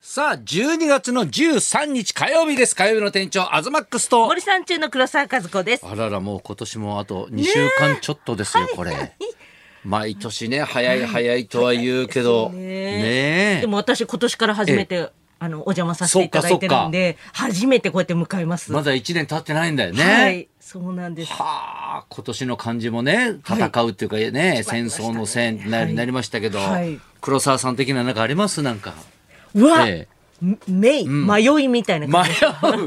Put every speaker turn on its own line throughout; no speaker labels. さあ、12月の13日火曜日です。火曜日の店長、アズマックスと。
森さん中の黒沢和子です。
あらら、もう今年もあと2週間ちょっとですよ、これ。毎年ね、早い早いとは言うけど。
ね
ね
で
え。
も私今年から初めて、あの、お邪魔させていただいてるんで、初めてこうやって迎えます。
まだ1年経ってないんだよね。
はい、そうなんです。
はあ、今年の漢字もね、戦うっていうかね、戦争の戦になりなりましたけど、
はい
黒沢さん的ななんかありますなんか。
うわ、
え
めい、迷いみたいな
迷
感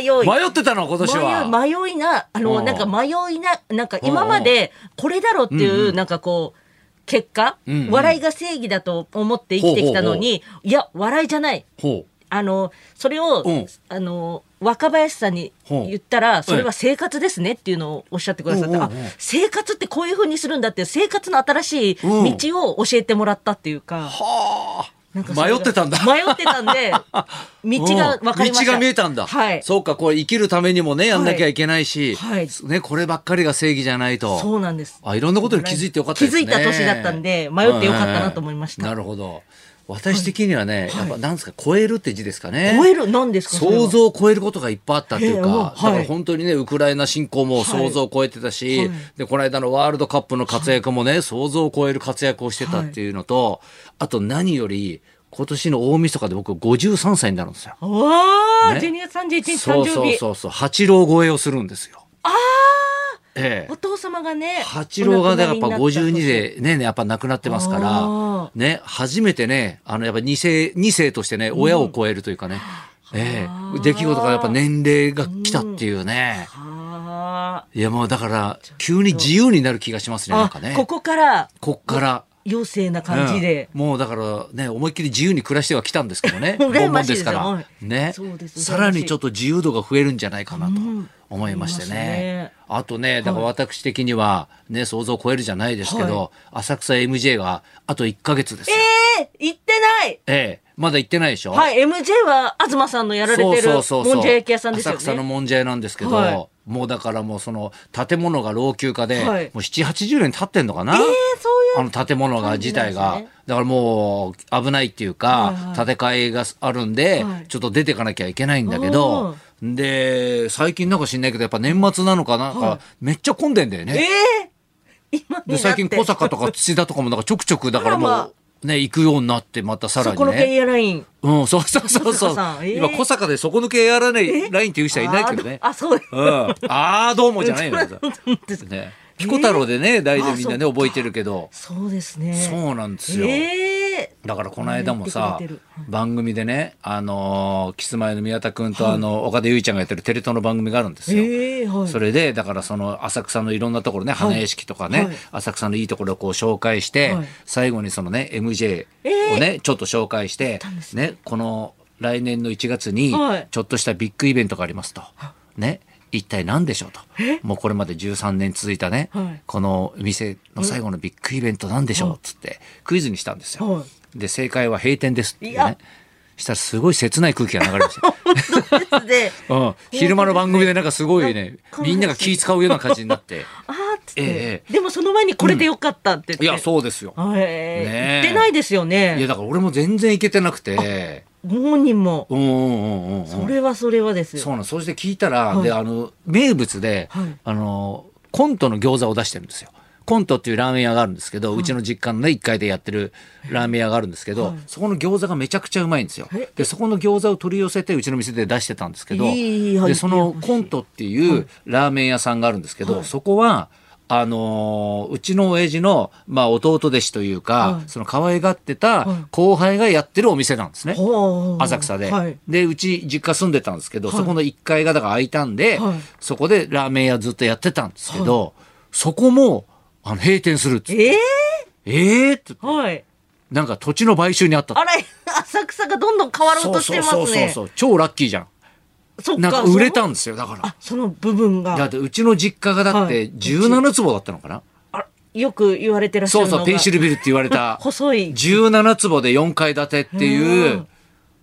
じ。
う。
迷い。
迷ってたの今年は。
迷い迷いな、あ
う
の、
ん
なんか迷いな、なんか今までこれだろっていう、なんかこう、結果、
んうん
笑いが正義だと思って生きてきたのに、いや、笑いじゃない。
ほう。
あの、それを、
うん
あの、若林さんに
ほう
言ったら、それは生活ですねっていうのをおっしゃってくださっ
おうお
て、
うお
あ
う、
生活ってこういうふうにするんだって、生活の新しい道を教えてもらったっていうか、
はあ。
なんかそれ
迷
が
ってたんだ。
迷ってたん で、道が分かりました。
道が見えたんだ。
はい。
そうか、これ生きるためにもね、やんなきゃいけないし、
はい
ね、こればっかりが正義じゃないと。
そうなんです。
あ、いろんなことに気づいてよかったですね。
気づいた年だったんで迷ってよかったなと思いました
うんなるほど。私的にはね、やっぱなんですか、超えるって字ですかね。
超える何ですかそれは
想像を超えることがいっぱいあったっていうか、
ええうんはい
だから本当にね、ウクライナ侵攻も想像を超えてたし、
はい
で、この間のワールドカップの活躍もね、想像を超える活躍をしてたっていうのと、あと何より、今年の大晦日で僕53歳になるんですよ。
おー、
ね
12月31日
そ
誕
う
生
そう
日。
そうそう八郎超えをするんですよ。ああ。え
お
え。
父様がね、
八郎がねやっぱ
お亡くなりにな
52
た
でねやっぱ亡くなってますか
あ
ら
ー
ね初めてねあのやっぱ二世二世としてね親を超えるというかね、え
あ
え
ー
出来事がやっぱ年齢が来たっていうね、
はい
やもうだから急に自由になる気がしますねなんかね
あ、ここから、
こっから。
妖精な感じで。
うんもうだからね思いっきり自由に暮らしてはきたんですけどね
羨ましい
で
ですす
か
よ
ら
はい
ね
そうです
さらにちょっと自由度が増えるんじゃないかなと
うん
思いましてね,、
思いますね
あとねだから私的にはね想像を超えるじゃないですけど、
は
浅草 MJ があと1か月ですよ、
ええー、行ってない
ええまだ行ってないでしょ、
はい、MJ は東さんのやられてるもんじゃ焼き屋さんですよね。
浅草のもんじゃ屋なんですけど、
はい
もうだからもうその建物が老朽化で、
はい
もう780年経ってんのかな、
えー、そういう。
あの建物が自体が、
感じなんです
だからもう危ないっていう
はいは
か
い
建て替えがあるんで、
はい
ちょっと出てかなきゃいけないんだけどで最近なんか知んないけどやっぱ年末なのかなんか、
はい
めっちゃ混んでんだよね。
ええー、今になって
で最近小坂とか土田とかもなんかちょくちょくだからもう、
あらま
ね行くようになってまたさら
そ
に
この
ね。
エアライン。
うん、そうそうそうそう
小坂さ。んえー
今、小坂で底抜けやらないラインっていう人はいないけどね。
あーあ、そう。
うん。ああ、どうもじゃないの よ。
そうですね。
ね。ピコ太郎でね、大体みんな
あ
ね、覚えてるけど。
そうですね。
そうなんですよ。
ええ
だからこの間もさ
言ってくれてるはい
番組でねあのーキスマイの宮田君とあの岡田結実ちゃんがやってるテレ東の番組があるんですよ。
ええはい。
それでだからその浅草のいろんなところね花屋敷とかね、
はい
浅草のいいところをこう紹介して、
はい
最後にそのね MJ をね、ちょっと紹介して、ね、この来年の1月に
はい
ちょっとしたビッグイベントがありますと。ね一体何でしょうともうこれまで13年続いたね、
はい
この店の最後のビッグイベントなんでしょうっつってクイズにしたんですよ。
は
で正解は閉店ですっていう
いや
ねしたらすごい切ない空気が流れました。
で、
うん、昼間の番組でなんかすごいね
なんか
みんなが気使うような感じになって
あーっつって、
え
でもその前にこれでよかったって言って。
いやそうですよ
はい
ね
え
え
え行ってないですよ
いや
ね。
だから俺も全然いけてなくて
ご本人も。
うんうんうんうんうん
それはそれはです
そう
よ。
なのそして聞いたら、
はい
であの名物で、
はい
あのコントの餃子を出してるんですよコントっていうラーメン屋があるんですけど、うちの実家のね1階でやってるラーメン屋があるんですけど、
はい
そこの餃子がめちゃくちゃうまいんですよ
え
でそこの餃子を取り寄せてうちの店で出してたんですけど
いいはい
でそのコントっていうラーメン屋さんがあるんですけど、そこはあのーうちの親父の、まあ、弟弟子というか、
はい
その可愛がってた後輩がやってるお店なんですね。
ほう
浅草で、
はい。
でうち実家住んでたんですけど、
はい
そこの1階がだから空いたんで、
はい
そこでラーメン屋ずっとやってたんですけど、そこもあの閉店するっつって
ええ
ええー、って
はい。
なんか土地の買収にあった
あれ、浅草がどんどん変わろうとしてます
そうそうそう
ね。
そう超ラッキーじゃん
そっ
なんか
か。
売れたんですよだから
あ、その部分
だっ
が、
てうちの実家がだっ
は
て
い
17坪だったのかな、
あよく言われてらっしゃ
そ
る
う
の
そ
が。
うペンシルビルって言われた
細い。
17坪で4階建てっていううん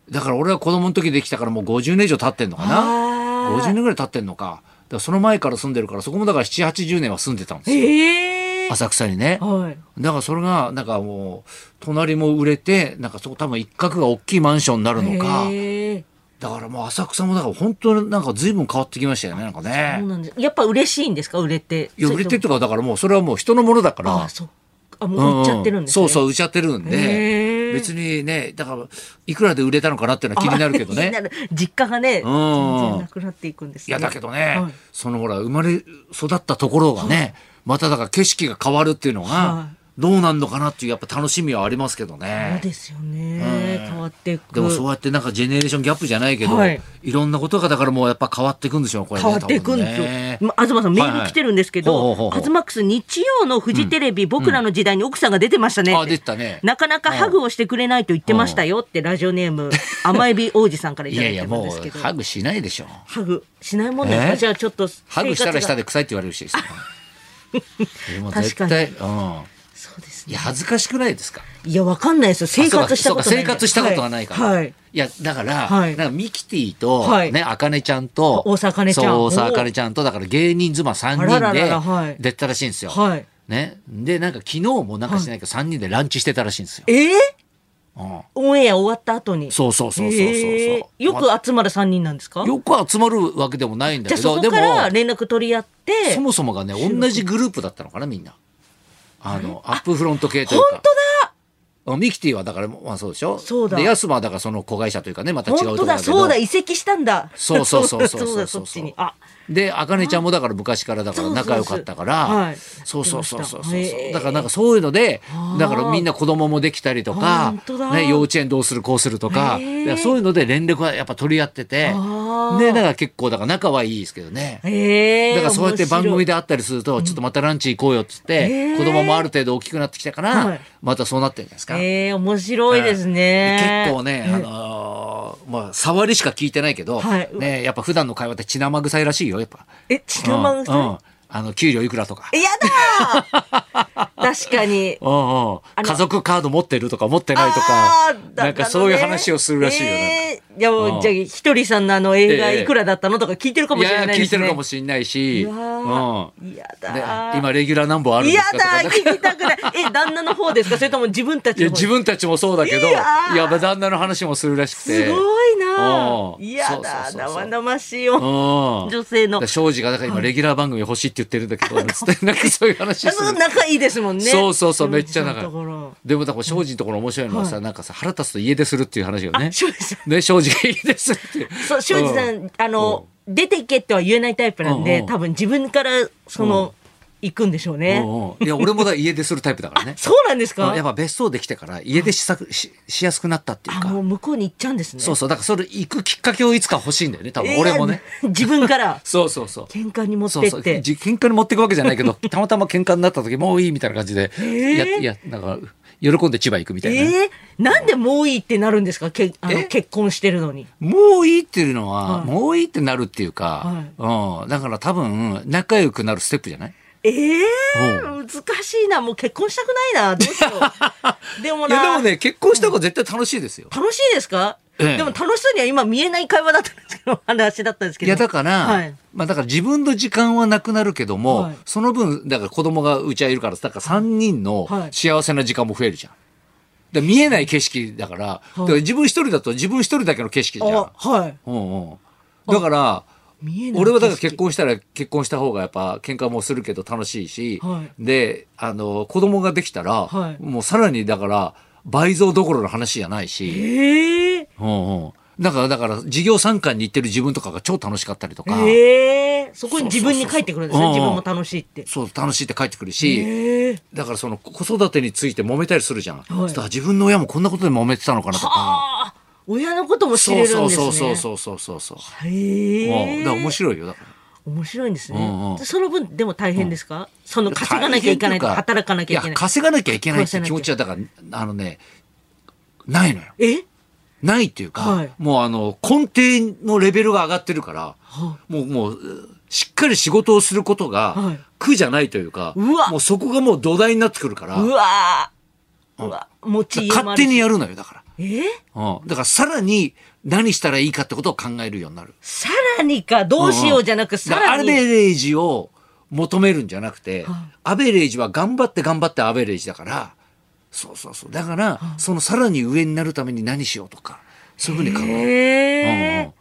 だから俺は子供の時できたからもう50年以上経ってんのかな
あー
50年ぐらい経ってんのかだからその前から住んでるからそこもだから780年は住んでたんですよ
ええ
浅草にね。
はい。
だからそれが、なんかもう、隣も売れて、なんかそこ多分一角が大きいマンションになるのか。
へえ
だからもう浅草もだから本当になんか随分変わってきましたよね、なんか
そう
ね。
なんです。やっぱ嬉しいんですか売れて。
いや、
そ
売
れ
れ
とも
てとか、だからもうそれはもう人のものだから。
あ、そう。あ、もう売っちゃってるんです、ね
うそうそう、売っちゃってるん
へ
で。
ー
別にね、だから、いくらで売れたのかなっていうのは気になるけど
あ気
ね
にな。る実家がね、全然なくなっていくんです、
い
ね。
や、だけどね、
はい
そのほら、生まれ育ったところがね、まただから景色が変わるっていうの
は
が、どうなんのかなっていう、やっぱ楽しみはありますけど
そう
ね。
ですよね。変わっていく。
でもそうやってなんかジェネレーションギャップじゃないけど、
はいい、
ろんなことがだからもうやっぱ変わっていくんでしょう、これね。
変わっていくんですよ。
多分ね
まあ東さんメール来てるんですけ
はいはいほうほう
ど、
ほう
アズマックス日曜のフジテレビ、僕らの時代に奥さんが出てましたねって。
あ出てたね
なかなかハグをしてくれないと言ってましたよってラジオネーム、甘エビ王子さんからい
い
ただ
や
い
い
て
や、
るん
も
ですけ
う、
ど。
ハグしないでしょ。
ハグしないもんです
え
かじゃあちょっと生活が
ハグしたら下で臭いって言われるし。 でも絶対、うん。
そうです
い
ね
や、恥ずかしくないですか
いやわかんないですよ生活したことな
そ
いんで
うか生活したことがないから。
はいい、
や、だから、
はい
なんかミキティと、
はい
ね、あかねちゃんと、
大沢あかねちゃん
そう、大沢あかねちゃんと、だから芸人妻3人で、
あららららはい
出てたらしいんですよ。
はい
ね。で、なんか昨日もなんかしてないけど、3人でランチしてたらしいんですよ。
えー
うん
オンエア終わった後に
そうそうそうそうそうそう
えーよく集まる三人なんですか
よく集まるわけでもないんだ
じゃ
け
あそ
ど、
こ
でも
か、ら連絡取り合って
そもそもがね、同じグループだったのかな、みんな。あの、アップフロント系という
本
か。
当だ
あミキティはだから、まあそうでしょ
そうだ
で、ヤスマはだからその子会社というかね、また違うとこ
本当
ろだ
だ
けど。
そうだ移籍したんだ
そうそうそうそう
そう
そう
だ
そ
そうっ
そ
ち
う
にあ
で、あかねちゃんもだから昔からだから
そうそうそ
仲
う
良かったか
は
ら
い、
そうそうそうそうそう
言ってまし。
だ
た
からなんかそういうので
あ、ー
だからみんな子供もできたりとか
本当、だ
ね、幼稚園どうするこうするとか、
へー
だからそういうので連絡はやっぱ取り合ってて
あ、ー
で、だから結構だから仲はいいですけどね。
えー、
だからそうやって番組
で
で会ったりすると、ちょっとまたランチ行こうよって言っ
へ
て、
ー
子供もある程度大きくなってきたか
は
ら
い、
またそうなってるんじゃないですか。
えー、面白いですね、
結構ね、あのーまあ、触りしか聞いてないけど、
はい
ね、やっぱ普段の会話って血生臭いらしいよ、やっぱ。
え血のまぐさ、
うんうんあの、給料いくらとか。
えや だー確かに
うんうん
あの
家族カード持ってるとか持ってないとか
あー、だ
なんかそういう話をするらしいよ。ね。
えーいやもう
うん
じゃあひとりさんのあの映画いくらだったのとか聞いてるか
い
もしれ
や、
ない
聞
で
い
す
て
ね。
るかもしれないし、
いや
うん
ー、やだ
で
ー。
今レギュラー何本あるんで
や
すかとか。
だー 聞きたくない。え旦那の方ですかそれとも自分た
い
ち
や
の方
自分たちもそうだけど、い
いやー
や、旦那の話もするらしくて。
すごいな
う
ー。
ん
いや
そう
だー
そうそうそう
生々しいよ
うん
女性の。
だから庄司がだから今レギュラー番組欲しいって言ってるんだけど、つってなんかそういう話す
す
る
ご。く仲いいですもんね。
そうそうそう
ひと
めっ
り
ちゃ
さんの
仲いい
ところ
でもだから庄司のところ面白いのはさ、なんかさ腹立つと家出するっていう話よね
あ。庄司さん
ね庄司が家出するっていう。
そう庄司さ
うん
あの出ていけっては言えないタイプなん
うん
で
うん
多分自分からその行くんでしょうね。。
うんうんいや俺もだ家出するタイプだからね
そうなんですか
やっ。ぱ別荘できてから家出しさくししやすくなったっていう
あ
か
もう。向こうに行っちゃうんですね。
そうそうだからそれ行くきっかけをいつか欲しいんだよね多分
えー
俺もね。。
自分から
そうそうそう。
喧嘩に持って
そう
っ
そう
て。
じ喧嘩に持っていくわけじゃない けどたまたま喧嘩になった時もういいみたいな感じで、
ー
やいやなんか喜んで千葉行くみたいなね、
えー、なんでもういいってなるんですかけあ
え
の結婚してるのに。
もういいっていうのは、
はい
もういいってなるっていうか、うん、だから多分仲良くなるステップじゃない
えー、難しいな。もう結婚したくないな。どうしよ う。でも
いや
な。
でもね結婚した方が絶対楽しいですよ。
楽しいですか、
ええ
でも楽しそうには今見えない会話だったんですけど、話だったんですけ
い
ど。
やだから、
はい
まあだから自分の時間はなくなるけども、
はい
その分だから子供がうちはいるからだから3人の
はい
幸せな時間も増えるじゃん。で見えない景色だから,、だから自分一人だと自分一人だけの景色じゃん。
あ、はい。
うんうん、だから
見えない。
俺はだから結。婚したら結婚した方がやっぱ喧嘩もするけど楽しいし、
は
であの子供ができたら、
はい
もうさらにだから倍増どころの話じゃない
え
し、
ー、
うんうん、だからだから事業参観に行ってる自分とかが超楽しかったりとか、
えー、そこに自分に返ってくるんですね。
そうそう
自
そう
分も楽しいって。
そう楽しいって帰ってくる
え
し、
ー、
だからその子育てについて揉めたりするじゃん、
はい
そしたら自分の親もこんなことで揉めてたのかなとか。
ああ、親のことも知れ
そう
るんです
そ
ね。
うそうそうそうそうそうそう。
へ
うん
え。
だから面白いよだから。
面白いんですね、
うんうん
でその分でも大変ですか、その稼がなきゃいけないとか働かなきゃ
や
いけない
稼がなきゃいけないって
稼がなき
気
ゃ
持ちはだからあのねないのよ
え
ないっていうか、
はい
もうあの根底のレベルが上がってるから、もうもううしっかり仕事をすること
は
が
い
苦じゃないというか、
うわ
もうそこがもう土台になってくるから
うわーうわ持ち家もあ
勝
る
手
し
にやるのよだから、
え
うん、だからさらに何したらいいかってことを考えるようになる
さらにかどうしようじゃなく、
だ
さ
から
ら
ア
に
ベレージを求めるんじゃなくて、アベレージは頑張って頑張ってアベレージだから、そうそうそう。だから、そのさらに上になるために何しようとか、そういうふうに考える。
へ
うんうん
え。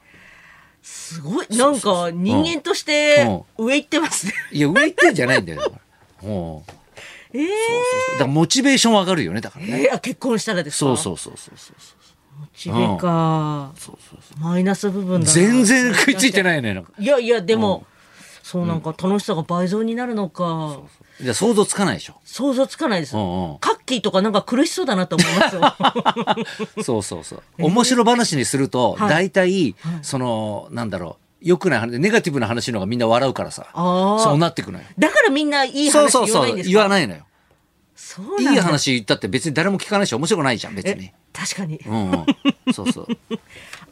すごい。なんか、人間として上行っ てますね。
いや、上行ってんじゃないんだよ。だからうん。
ええ。
だからモチベーション上がるよね、だからね。
えあ結婚したらですか
そうそうそうそうそうそう
ちべか、
そうそうそ
マイナス部分
う。
だな
全然食いついてないね。なんか
いやいやでも、そうなんか楽しさが倍増になるのか、
いや想像つかないでしょ。
想像つかないです、
うんうん
カッキーとかなんか苦しそうだなと思います よ
そうそうそう。面白話にすると、
はい
大体、その、なんだろう、良くない話、ネガティブな話の方がみんな笑うからさ、
あー
そうなってくのよ。
だからみんないい
そう
話
そう
言わ
そ
ないん
う、
ですか
言わないのよ。
そう
いい
なんだ
話言ったって別に誰も聞かないし、面白くないじゃん、別に
え。確かに、
うんうん。そうそう。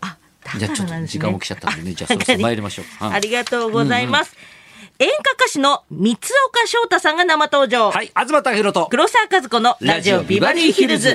あだから
じゃあちょっ
なん
と
です
時
ね
間も来ちゃったんでね、じゃあそろ
わか
そろ
り
参りましょう。は
あ
い
りがとうございます、演歌歌手の三岡翔太さんが生登場、
はい、東隆弘と。
黒沢和子のラジオビバリーヒルズ